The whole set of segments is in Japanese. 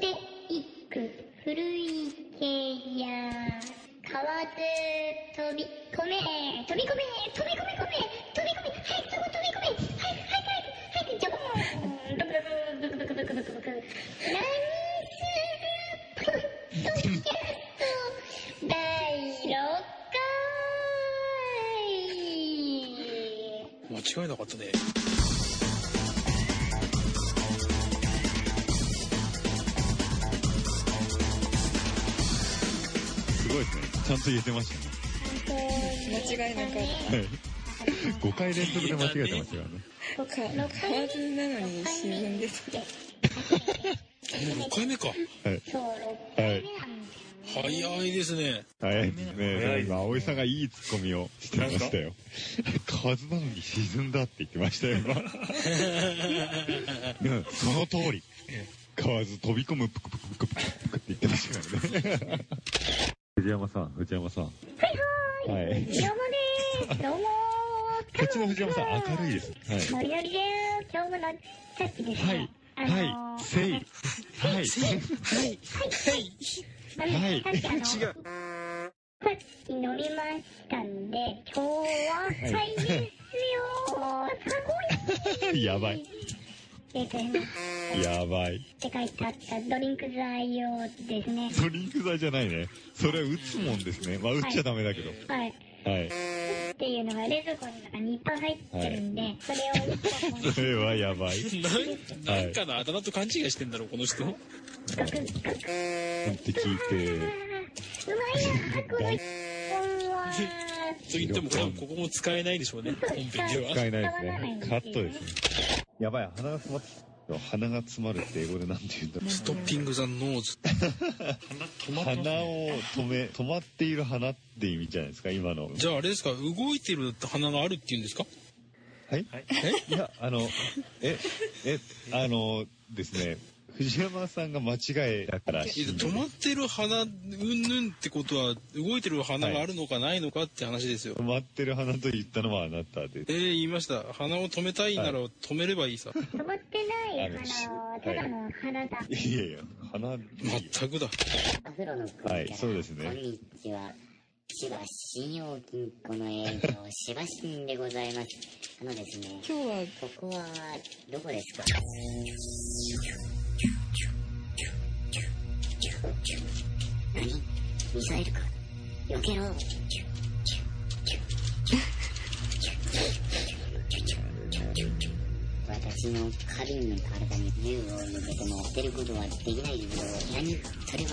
で一句古いけりゃ買わず飛び込め飛び込め飛び込め込め飛び込め早くそこ飛び込め早く早く早く早くジョボーンブクブクブクブクブクブクブク何するポッドキャスト第6回間違いなかったね。すごいですね。ちゃんと言えてましたね。間間違いなかっはい。5回連続で間違えてましたからね。か、河津なのに沈んでた。もう6回目か。はい。そう、6回目なんです早いですね。早いですね。でも今、葵さんがいいツッコミをしてましたよ。数なのに沈んだって言ってましたよ、 今。うんその通り。河津飛び込むプクプクプクプクプクって言ってましたからね。藤山さん、藤山さん。はいはい。はい。どうもでーす。どうもー。こっちの藤山さん明るいです。はノい。リノリでーす。今日もの、さっきですはいね。。あのはい。ーせい。はい。はい。はい。あのはいさっきあの、さ違う。っき飲みましたんで、今日は赤いですよー。すやばごいい。。えっと、っやばい。て書いてあったドリンク材料ですね。ドリンク剤じゃないね。それは打つもんですね。まあ、打っちゃダメだけど。はい。はい。っていうのが冷蔵庫の中にいっぱい入ってるんで、それを一本それはやばい。なんなんかのあだ名と勘違いしてんだろう、この人。ガクッガクッって聞いあて。ーうまいな、この一本は。と言っても、ここも使えないでしょうね、本編では。使えないですね。カットですね。やばい、鼻が詰まってきた。鼻が詰まるって英語でなんて言うんだろストッピング・ザ・ノーズ。う。鼻を 止め、止まっている鼻って意味じゃないですか、今の。じゃああれですか、動いてる鼻があるっていうんですかはいいや、あの、え、え、あのですね、藤山さんが間違いだからえ止まってる鼻、うんぬんってことは、動いてる鼻があるのかないのかって話ですよ。止まってる鼻と言ったのはあなたでえー、言いました。鼻を止めたいなら止めればいいさ。止まってない鼻を、ただの鼻だ。いやいや、鼻、全くだ。アフロの国はいそうですねこんにちは。千葉信用金庫の営業、千葉新でございます。あのですね、今日はここはどこですか何ミサイルか避けろ私の花瓶の体に銃を向けても当てることはできないよ何それは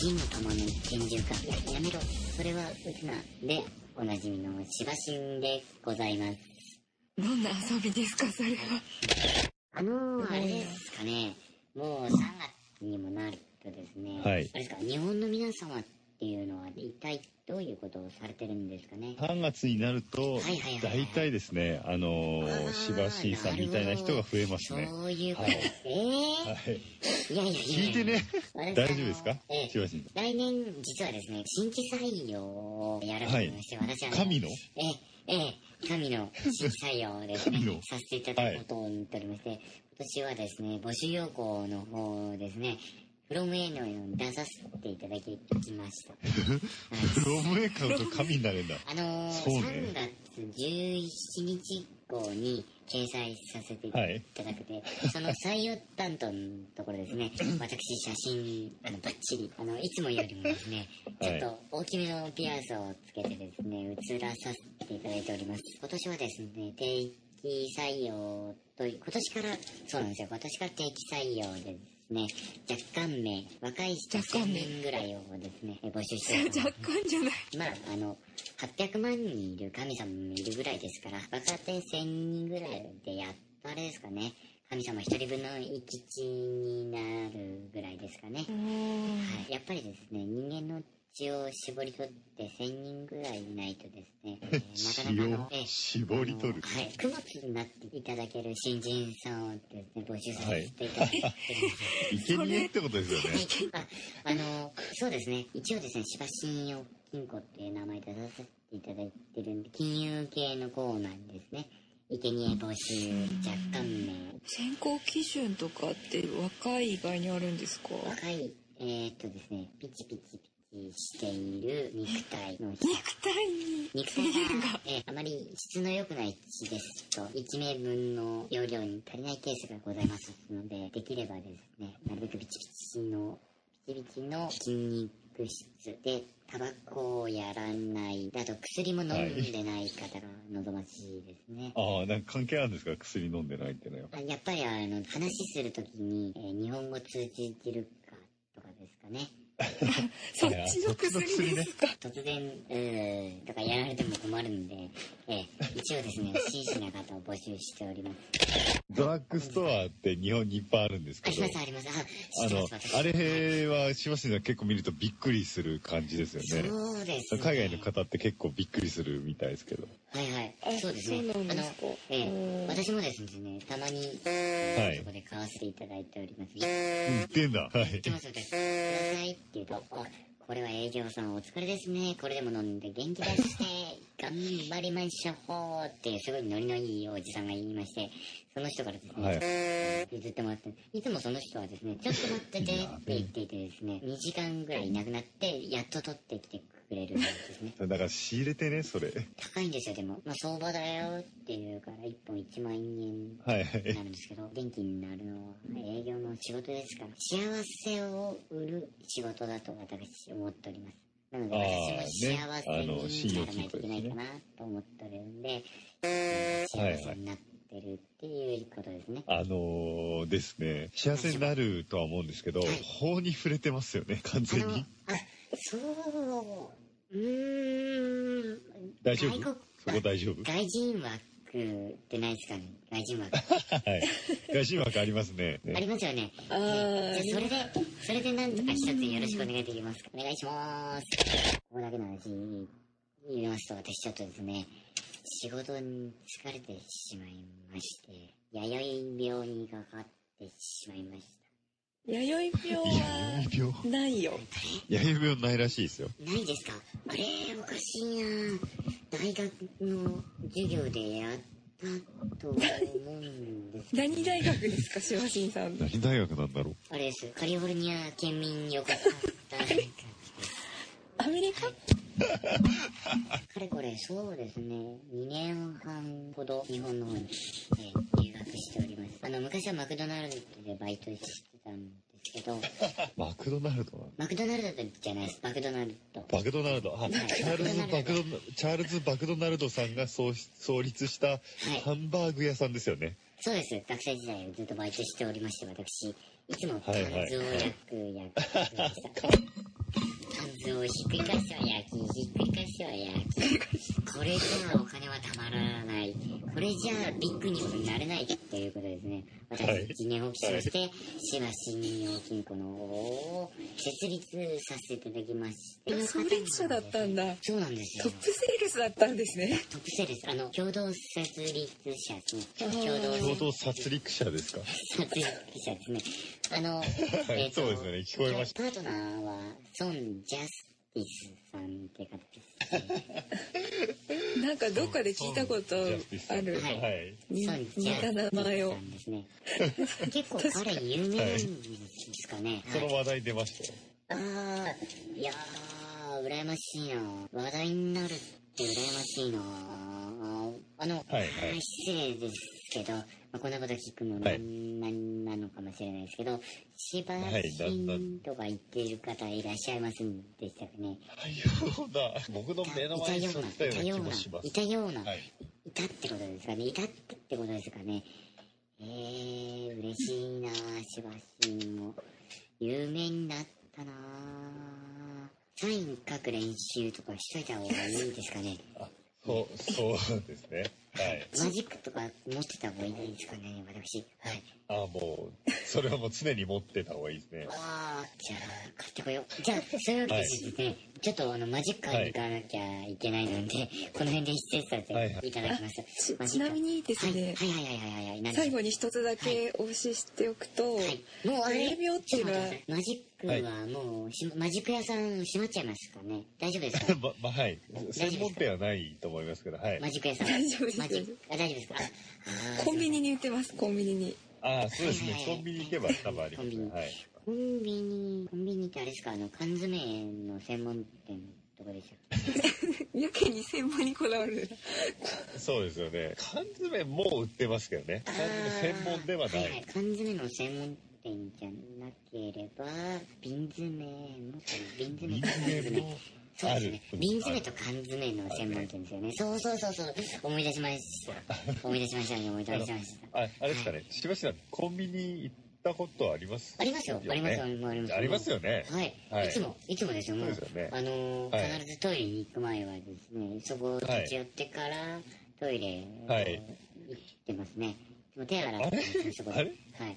銀の玉の拳銃かややめろそれは撃つなでおなじみの芝神でございますどんな遊びですか、それは。あのー、あれですかね、もう3月にもなるとですね、はいあれですか、日本の皆様っていうのは一体どういうことをされてるんですかね。 3月になるとはいはい、はいは大い体ですね、あのあー、ーしばしーさんみたいな人が増えますね。そういうこと。はいえはい。ー、いやいやいや聞いてね。私大丈夫ですあかのええしばしー来年、実はですね、新規採用をやることになりまして、私は、さん。神のええ、ええ、神の新規採用をです神のね、させていただくことになっておりまして、今年はですね、募集要項の方をですね、フロム A のように出させていただきました。プロムエカウント神になれんだ。あのー、そうね3月17日号に掲載させていただくで、その採用担当のところですね、私写真、あの、バッチリ、あの、いつもよりもですね、ちょっと大きめのピアスをつけてですね、映らさせていただいております。今年はですね、定期採用と、今年から、そうなんですよ、今年から定期採用でですね、若干名、若い人若1000干名人ぐらいをですね、募集しております。若干じゃない。まあ、あの、800万人いる神様もいるぐらいですから、若手1000人ぐらいでやっとあれですかね、神様一人分の1地になるぐらいですかね。はい、やっぱりですね、人間の血を絞り取って1000人ぐらいいないとですね、えー 血なかなかのを、えー絞り取る。はい、供物になっていただける新人さんをですね、募集させていただいてるんですよ生贄ってことですよね。ああのそうですね一応ですね芝信用金庫っていう名前で出させていただいてるんで金融系のコーナーにですね生贄募集若干名選考基準とかって若い以外にあるんですか若いえー、っとですねピチピチピチしている肉体の人肉体に肉体が、えーあまり質の良くない血ですと1名分の容量に足りないケースがございますのでできればですねなるべくピチピチのピチピチの筋肉質でタバコをやらないあと薬も飲んでない方が望ましいですね、ああ、なんか関係あるんですか薬飲んでないってのは。あやっぱりあの話するときに、えー日本語通じてるかとかですかねそっちの薬ですか突然「うー」とかやられても困るんで、えー一応ですね 真摯な方を募集しておりますドラッグストアって日本にいっぱいあるんですけありどま。すありますああ知ってのます、私あれは、しばしば結構見るとびっくりする感じですよね。そうです、ね、海外の方って結構びっくりするみたいですけど。はいはあいそうですねそうなんですかあの、ええおー私もですねたまに、はいそこで買わせていただいております売ってんだ。はい行って。ますよ、くださいって言うと、あこれは営業さんお疲れですね。これでも飲んで元気出 して、頑張りましょうっていうすごいノリのいいおじさんが言いまして、その人からですね、は譲ってもらって、いつもその人はですね、ちょっと待っててって言っていてですね、2時間ぐらいいなくなって、やっと取ってきてくれるんです ね。だから仕入れてね、それ。高いんですよ、でも。まあ相場だよっていうから、1本1万円はいはにい。なるんですけど、元気になるのは営業の仕事ですから、幸せを売る仕事だと私思っております。なのであー私ねも幸せにならないといけないかなと思っておるんで、えーはいはい幸せになってるっていうことですね。あのー、ですね、幸せになるとは思うんですけど、はい法に触れてますよね、完あ全の、あに。、そう、うーん、大丈夫外そこ大丈夫外人枠ってないですかね外人枠。はい。外人枠ありますね。ありねますよね。あーねじゃあそれで、それでなんとか一つよろしくお願いできますか。お願いします。ここだけの話言いますと、私ちょっとですね、仕事に疲れてしまいまして、弥生病にかかってしまいまし弥生病は弥生病ないよ弥生病ないらしいですよ。た。ないですかあれ、おかしいな大学の授業でやったと思うんですけど何大学ですかしばしんさん何大学なんだろうあれです。カリフォルニア県民横浜大学です。アメリカかれこれそうですね2年半ほど日本の方に、えー留学しておりますあの昔はマクドナルドでバイトしてたんですけどマクドナルドなのマクドナルドじゃないですマクドナルドマクドナルド、あ、チャールズ・バクドナ、チャールズ・バクドナルドさんが創し創立したハンバーグ屋さんですよね。そうです学生時代ずっとバイトしておりまして私いつもパンはいはいツを焼く焼きでした、パンツをひっくり返しては焼きひっくり返しては焼きこれじゃあお金はたまらないこれじゃあビッグにもなれないということですねはい私一年放棄しまして志摩信用金庫の方を設立させていただきまして創立者だったんだそうなんですよトップセールスだったんですねトップセールスあの共同設立者ですねあー共共同同殺戮者ですか。撮影者ですね。あの、ーとそうですよね聞こえましパートナーは、ソン・ジャスティスさんって方ですね。なんかどっかで聞いたことあるはいはい。ソン・ジャスティスさんですね。 結構彼有名なんですかね。その話題出ましたよ。ああー、いやー、羨ましいな。話題になるって羨ましいな。あの、はいはい失礼ですけど、まあ、こんなこと聞くのはいなんなんなのかもしれないですけど、しばはいだんだんしとか言っている方いらっしゃいませんでしたかね。はい、そうだ。僕の目の前にそったような気もしまいす。たような、いたような、はい。いたってことですかね。いたってってことですかね。えー、嬉しいなぁ、しばしんも。有名になったなぁ。サイン書く練習とかしといた方がいいですかね。そう、そうですね。はい。マジックとか持ってた方がいいですかね、私。はい。あ、もう、それはもう常に持ってた方がいいですね。あー、じゃあ、買ってこよう。じゃあ、そういうわけでですね、ちょっとあの、マジックに行かなきゃいけないので、この辺で失礼させていただきます。ちマジちッなクみにですね、はいはいはいはいはいはい。何でしょう最後に一つだけお教えしておくと、はい。もうあれ、営業っていうのはちょと待ってくださいマジックはもうし、マジック屋さん閉まっちゃいますかね。大丈夫 ですかま、まあ、はい。専門店はないと思いますけど、はい。マジック屋さん。大丈夫ですマジックあ、大丈夫ですかあコンビニに売ってます、コンビニに。ああ、そうですはいね。はいはコいンビニ行けば多分ありますコンビニね。はい。コンビニ、コンビニってあれですかあの、缶詰の専門店とかでしたっけやけに専門にこだわる。そうですよね。缶詰もう売ってますけどね。缶詰専門ではなはいはいい。缶詰の専門店じゃなければ、瓶詰も、瓶詰瓶と缶詰詰。もそうですねあ。る瓶詰と缶詰の専門店ですよね。そうそうそうそう。思い出しました。思い出しましたね。思い出しました。あ、あれですかね。しばしばコンビニ行ったことありますありますよ。ありますよ。ありますよ。ありますよね。はい、はいい。つも、いつもですよ、もう。そうですよねあのーはい必ずトイレに行く前はですね、そこを立ち寄ってから、トイレ、はい行ってますね。でも手洗ってますね、そこで。あれはい。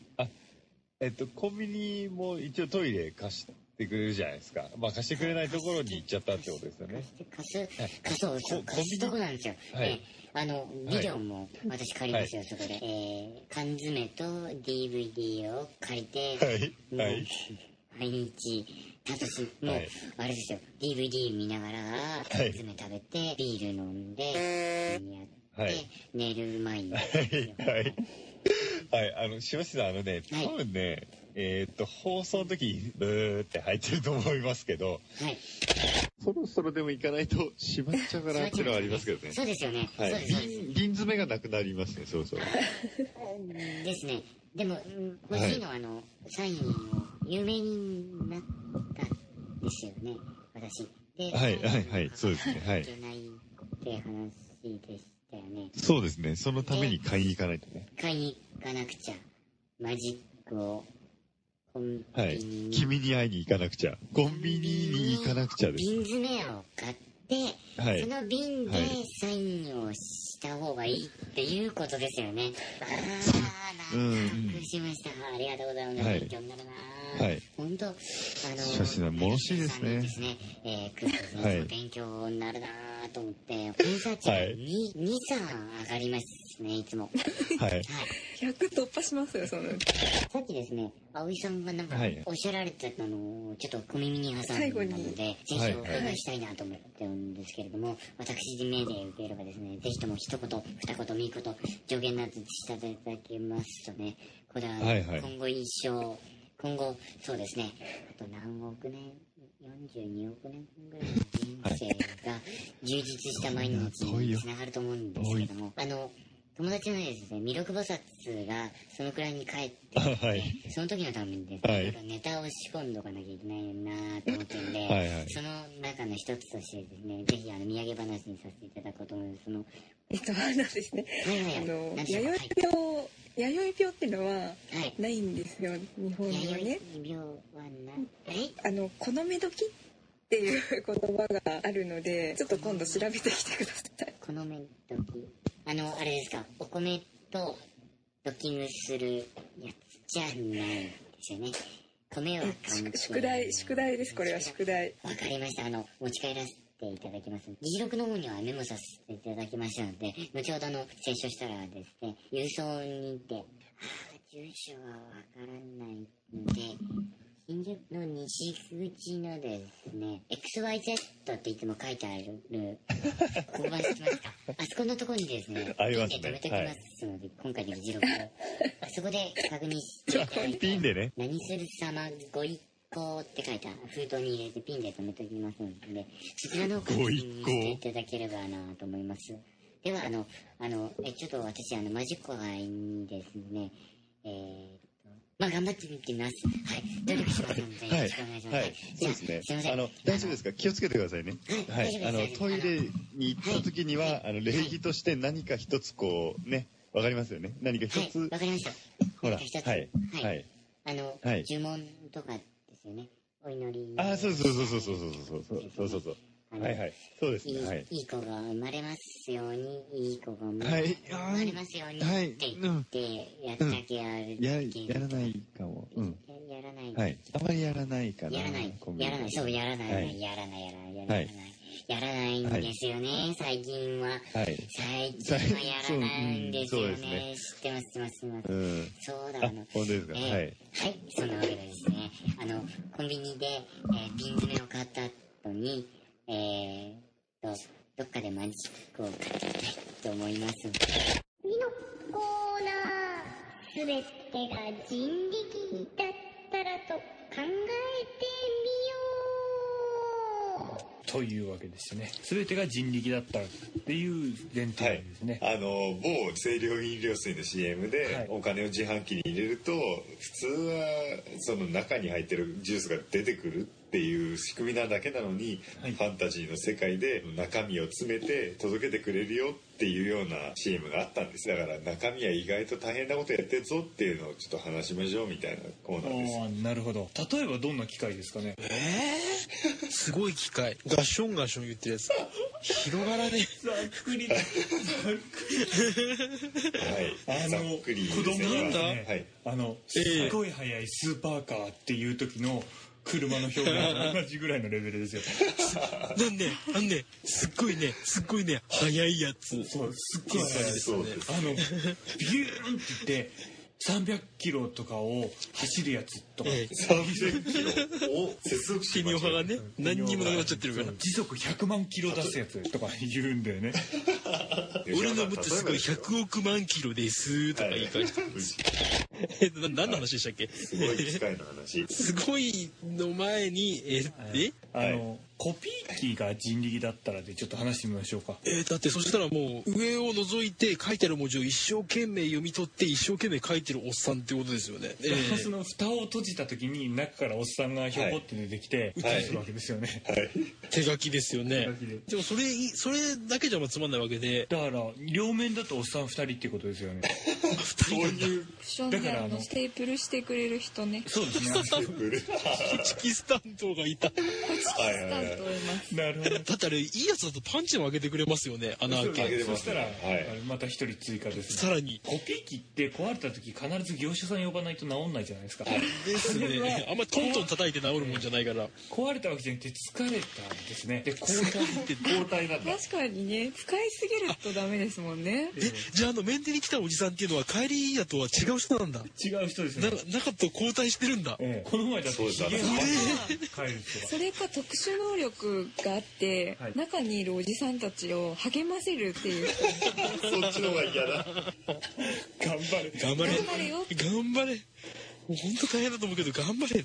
えっと、コンビニも一応トイレ貸してくれるじゃないですか。まあ貸してくれないところに行っちゃったってことですよね。貸す、貸そう、そう、こ貸すとこなんですよ。はいええあの、ビデオも私借りますよ、そこで。えー缶詰と DVD を借りて、はい。もうはい。毎日、楽しいもう、はいあれですよ、DVD 見ながら、缶詰食べて、ビール飲んで、やって、はい寝る前に。はい。はい。はい。あの、しばしさん、あのね、はい多分ね、えーっと、放送の時、ブーって入ってると思いますけど、はい。そろそろでも行かないと閉まっちゃうかなっていうのはありますけどね。そうですよね。はいそうです、そうです。瓶瓶詰めがなくなりますね、そろそろ。ですね。でも、うん欲しいのは、あの、サインを有名になったんですよね、私。で、はいサインをはいはいそうですねはい書かなきゃいけないって話でしたよね。そうですね。そのために買いに行かないとね。買いに行かなくちゃ、マジックを、コンビはいニ。に、君に会いに行かなくちゃ。コンビニに行かなくちゃです。瓶詰めを買って、はいそ。の瓶ではいサインをした方がいいっていうことですよね。ああ、うん納得しました。ありがとうございます。はい勉強になるな。はい。本当、あの、しかしな物知りですね林さんにですね、えー、クッはズいの勉強になるなと思って、偏差値がはいに2、3上がりますね、いつも。はい。はい。 100突破しますよ、その。さっきですね、葵さんがなんかはいおっしゃられてたのをちょっと小耳に挟ん最後でにたので、ぜひはいお伺いしたいなと思ってるんですけれども、私目で受ければですね、ぜひとも一言、二言、三言、助言などしていただけますとね、これははいはい今後一生、今後、そうですね、あと何億年、42億年ぐらいの人生が充実した毎日につながると思うんですけれども、あの、友達のですね、弥勒菩薩がそのくらいに帰ってきて、はいその時のためにですね、はいなんかネタを仕込んどかなきゃいけないなと思ってんで、はいはいその中の一つとしてですね、ぜひあの、土産話にさせていただこうと思います。その、はえっと、あれなんですね。いはあいの、なんでしょう弥はい生病、弥生病ってのははい。ないんですよ、日本にはね。弥生病はな、えあの、好み時っていう言葉があるので、ちょっと今度調べてきてください。このめどき。あの、あれですか、お米とドッキングするやつじゃないですよね。米は関宿係 宿題、宿題です、これは宿題。わかりました。あの、持ち帰らせていただきます。議事録の方にはメモさせていただきましたので、後ほどあの、接書したらですね、郵送にて、あー住所はわからないので、新宿の西口のですね、XYZ っていつも書いてある、ここは知ってますか あそこのところにですね、ありますねピンで止めておきますので、今回の議事録を、あそこで確認していただいて、ピンでね。何する様ご一行って書いた封筒に入れてピンで留めておきますので、そちらの方ごに一行していただければなと思います。では、あの、あの、え、ちょっと私、あの、マジック愛にですね、えーっと、まあ、頑張ってみてみます。はい。努力しますので、よはろいしくお願いし。ます。ははいい。そうでじゃあすね。すいません。あの、大丈夫ですか気をつけてくださいね。ははいい。あの大、丈ト夫ですイレに行った時には、あの、礼儀として何か一つこう、ね、わかりますよね。何か一はい。つわ、かりました。ほら、一つはい。はいはい。あの、はい呪文とかですよね。お祈り。ああ、そうそうそうそうそうそうそうそうそうそう。あのはいはい。そうですいいね。はい。いい子が生まれますように、いい子が生まはれい生まれますように、はいって言って、やったけやるや、けどやらないかも。うん。ややらない。はい。あまりやらないかな。やらないコン。ビニやらない。そう、やらない。はいやらない、やらない、やらな。はいいやらないんですよね、最近は。はい。最近はやらないんですよね。そううんそう知ってます、知ってます、知ってますう。ん。そうあ、だ、あの本、当ですか。はえーい。はい、そんなわけでですね、あの、コンビニで、えー瓶詰めを買った後に、えーと、どっかでマジックを買っていきたいと思います。次のコーナー。すべてが人力だったらと考えてみよう。というわけですね全てが人力だったっていう前提はないんですね、あの某清涼飲料水の CM はいでお金を自販機に入れると普通はその中に入ってるジュースが出てくるっていう仕組みなだけなのに、はいファンタジーの世界で中身を詰めて届けてくれるよっていうような CM があったんですだから中身は意外と大変なことやってるぞっていうのをちょっと話しましょうみたいなコーナーですあーなるほど例えばどんな機械ですかねすごい機械。ガッションガッション言ってるやつ。広がらねざっくりざっくりはいあざのっくり子供ですねが ね、はいあのすええっごい速いスーパーカーっていう時の車の表現と同じぐらいのレベルですよえ。なんで、あんね、すっごいね、すっごいね、速いやつ。そうすっごい速いですそうですあの、ビューンって言って、300キロとかを走るやつとか、ええ3 0 0キロを接続ケしニまオしょ派がう ね、何にもなくなっちゃってるからそう。時速100万キロ出すやつとか言うんだよね。俺の持ってすごい例えばですよ100億万キロですとか言い返して。 え、な何の話でしたっけすごい機械の話。すごいの前に、え、えあの、コピー機が人力だったらでちょっと話してみましょうか。えーだってそしたらもう上を覗いて書いてある文字を一生懸命読み取って一生懸命書いてるおっさんってことですよ ね。えガラスーの蓋を閉じた時に中からおっさんがひょこって出てきて、はい映すわけですよね。手書きですよね手書きで。でもそれい、それだけじゃまあつまんないわけ で、だから、両面だとおっさん2人ってことですよね。二人 なんだクッションでだからああののステープルしてくれる人ねそうですね。チキスタンドがいた。はいはいだはいと思いますなるほど。だってあれ、いいやつだとパンチも開けてくれますよね、穴開け。そしたら、はいまた一人追加ですねさらに。コピー機って壊れた時必ず業者さん呼ばないと治んないじゃないですかですね。 あんまりトントン叩いて治るもんじゃないから。壊れたわけじゃなくて疲れたんですねで交代って交代なんだ。確かにね使いすぎるとダメですもんねえ、じゃああの、メンテに来たおじさんっていうのは帰りやとは違う人なんだ。違う人ですなね、中と交代してるんだ。ええこの前だってそうだヒゲの帰るそれか特殊能力があって、はい中にいるおじさんたちを励ませるっていう人そっちの方が嫌だ。とか頑張る頑張れ頑。張れよ頑張れ。もう本当大変だと思うけど、頑張 れ。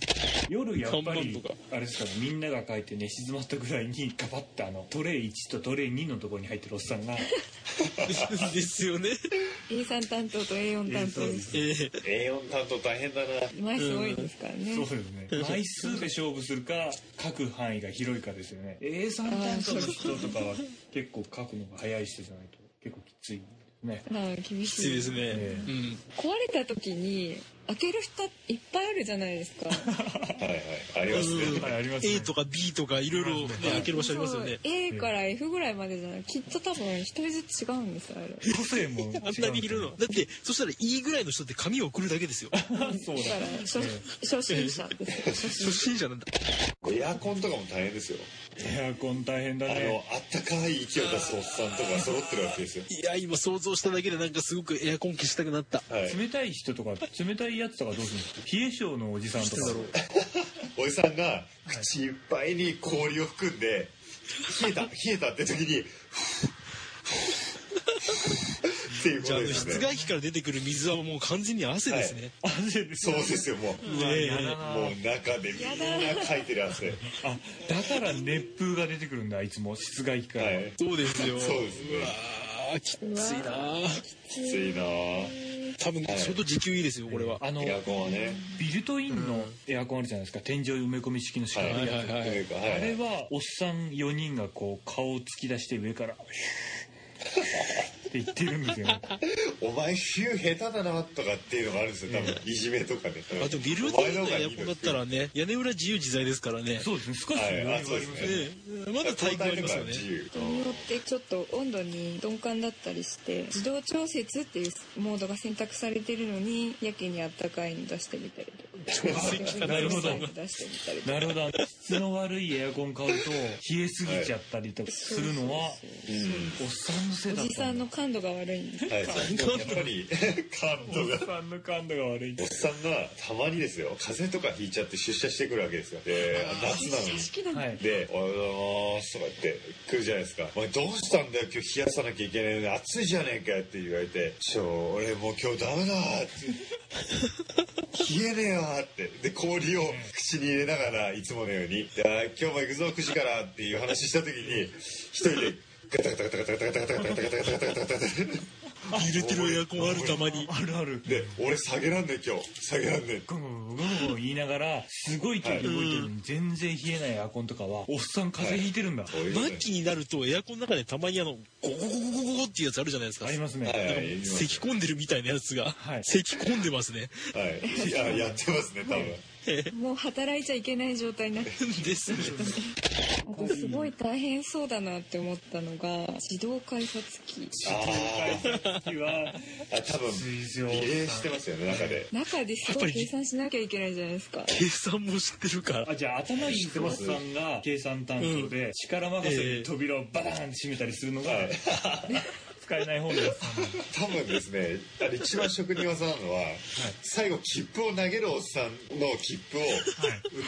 夜やっぱ看板りとかあれですからみんなが帰って寝静まったぐらいにガバッてあのトレイ1とトレイ2のところに入ってるおっ さんがですよね。 A3 担当と A4 担当ですえー A4 担当大変だな。前すごいですからね、そうですね枚数で勝負するか書く範囲が広いかですよね A3 担当の人とかは結構書くのが早い人じゃないと結構きついですまねあ厳きついしでいすね。ええうん。壊れた時に開ける蓋いっぱいあるじゃないですかはいはい。ありますね。はいありますね A とか B とかいろいろね開ける場所ありますよね。 A から F ぐらいまでじゃないきっと多分一人ずつ違うんですよあれ個性も違うんあんなにいるの。だって、そしたら E ぐらいの人って紙を送るだけですよ。そうだから初,、初心者です初心者なんだ。エアコンとかも大変ですよ。エアコン大変だあの、ねあったかい息を出すおっさんとか揃ってるわけですよ。いや、今想像しただけでなんかすごくエアコン消したくなった。はい。冷たい人とか冷たいやつとかどうするんですか冷え性のおじさんとかおじさんが口いっぱいに氷を含んで、冷えた、冷えたって時に、っていうこじゃあ、とあでの、す室ね。外機から出てくる水はもう完全に汗ですね。汗でそうですよ、もう。ねえもう中でみんなかいてる汗。はあだから熱風が出てくるんだいつも室外機から、い。そうですよ。そうですねうわーきっついなーきついなぁ。多分、相当時給いいですよ、これは。あのエアコンはね。ビルトインのエアコンあるじゃないですか天井埋め込み式の四角いやつ、はいはいはいあれはおっさん4人がこう顔を突き出して上からって言ってるんですよね。お前週下手だなとかっていうのがあるんですよ多分いじめとかねあでもビルディングのエアコンだったらね屋根裏自由自在ですからねそうですね、少し余裕がありますはいあそうですね。ねまだ対抗ありますよね自由によってちょっと温度に鈍感だったりして自動調節っていうモードが選択されてるのにやけにあったかいの出してみたりとか調節かなるほどうるさいの出してみたりとかなるほど。質の悪いエアコン買うと、冷えすぎちゃったりとかするのは、おっさんのせいだおっじたさんんだの感度が悪いんですはいそうやっぱり感度おがっさんの感度が悪いおっ。さんがたまにですよ風邪とかひいちゃって出社してくるわけですよで夏なのにはい。で「おはようございます」とか言って来るじゃないですか「お前どうしたんだよ今日冷やさなきゃいけないのに暑いじゃねえかよ」って言われて「ちょ俺もう今日ダメだ」って「冷えねえわ」ってで氷を口に入れながらいつものように「いやー今日も行くぞ9時から」っていう話した時に一人でガタガタガタガタガタガタガタガタガタガタガタガタガタビルディングのエアコンあるたまにあるある。で俺下げらんねえ今日下げらんねえゴムゴムゴム言いながら、すごい距離で動いてるのに、全然冷えないエアコンとかは、おっさん風邪ひいてるんだ。そういうこと末期になるとエアコンの中でたまにあのゴゴゴゴゴゴゴっていうやつあるじゃないですかありますはね。いはい言います咳込んでるみたいなやつが、はい咳込んでますねはいいややってますね多分もう働いちゃいけない状態になってですねなんかすごい大変そうだなって思ったのが自動改札機あ時は、ーあ多分水上リレーしてますよね中で中ですごい計算しなきゃいけないじゃないですか計算も知ってるからあじゃあ頭いいおっさんが計算担当で力任せに扉をバーンって閉めたりするのが 使えない方のおっさんなんで多分ですねあれ一番職人技なのは、最後切符を投げるおっさんの切符を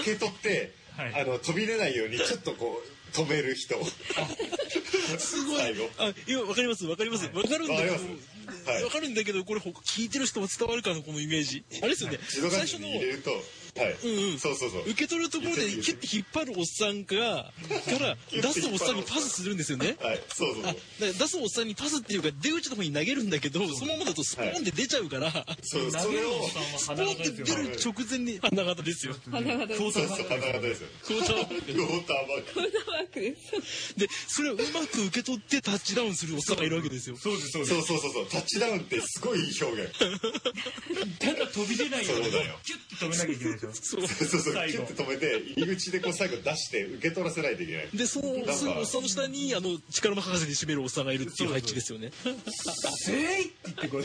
受け取って、はいあの飛び出ないようにちょっとこう止める人すごい最後あいやわかりますわかりますわかるんだわかけりどますはいわかるんだけどこれほ聞いてる人も伝わるかなこのイメージあれですよね自動最感初情のに入れるとはい、うんうんそうそうそう受け取るところでキュッて引っ張るおっさんがから出すおっさんにパスするんですよねはいそうそうそあだうから出すおっさんにパスっていうか出口の方に投げるんだけどそのままだとスポーンって出ちゃうから、そう投そげれるをおっさんポは鼻ーンっ型てです出よる直前に花形ですよ花形そうそうそう花形ですよクォーターバックウォーターバックワークですでそれをうまく受け取ってタッチダウンするおっさんがいるわけですよそうですそうですそうそうそうそうタッチダウンってすごいいい表現ただ飛び出ないようにそうだよキュッて止めなきゃいけないでしょそうそうそう最後キュッて止めて入り口でこう最後出して受け取らせないといけないでそのそのおっさんの下にあの力の博士に締めるおっさんがいるっていう配置ですよね せーいって言ってこれ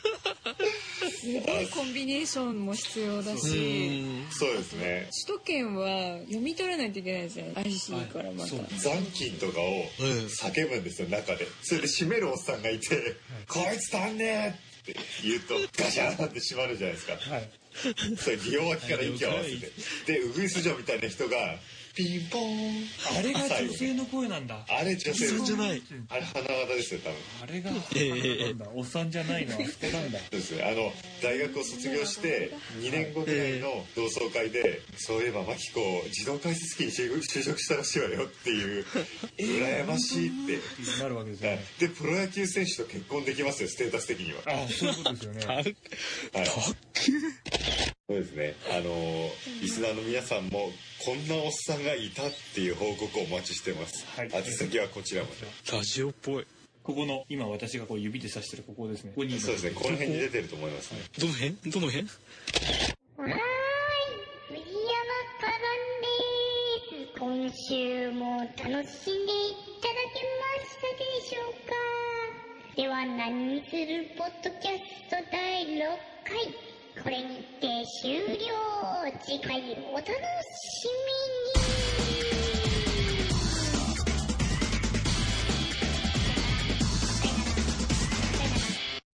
すごいコンビネーションも必要だしそうですね首都圏は読み取らないといけないですよね IC からまた、残金とかを叫ぶんですよ中でそれで閉めるおっさんがいて「こいつ足んねえ!」って言うとガシャーンって閉まるじゃないですかそれ両脇から息を合わせてでウグイス嬢みたいな人がピンポーンあれが女性の声なんだあれ女性そうじゃないあれ花形ですよ多分あれがなんだおっさんじゃないのはあそこなんだそうですねあの大学を卒業して2年後ぐらいの同窓会でそういえば真紀子自動解説機に就職したらしいわよっていう羨ましいってなるわけですよはいねでプロ野球選手と結婚できますよステータス的には、あそういうことですよ ねあはい、そうですねあのーリスナーの皆さんもこんなおっさんがいたっていう報告をお待ちしてます、はい宛先はこちらまでラジオっぽいここの今私がこう指で指してるここですねここにそうですねこの辺に出てると思いますねどの辺どの辺わーい、藤山カランです。今週も楽しんでいただけましたでしょうかでは、何するポッドキャスト第6回、これにて終了。次回お楽しみに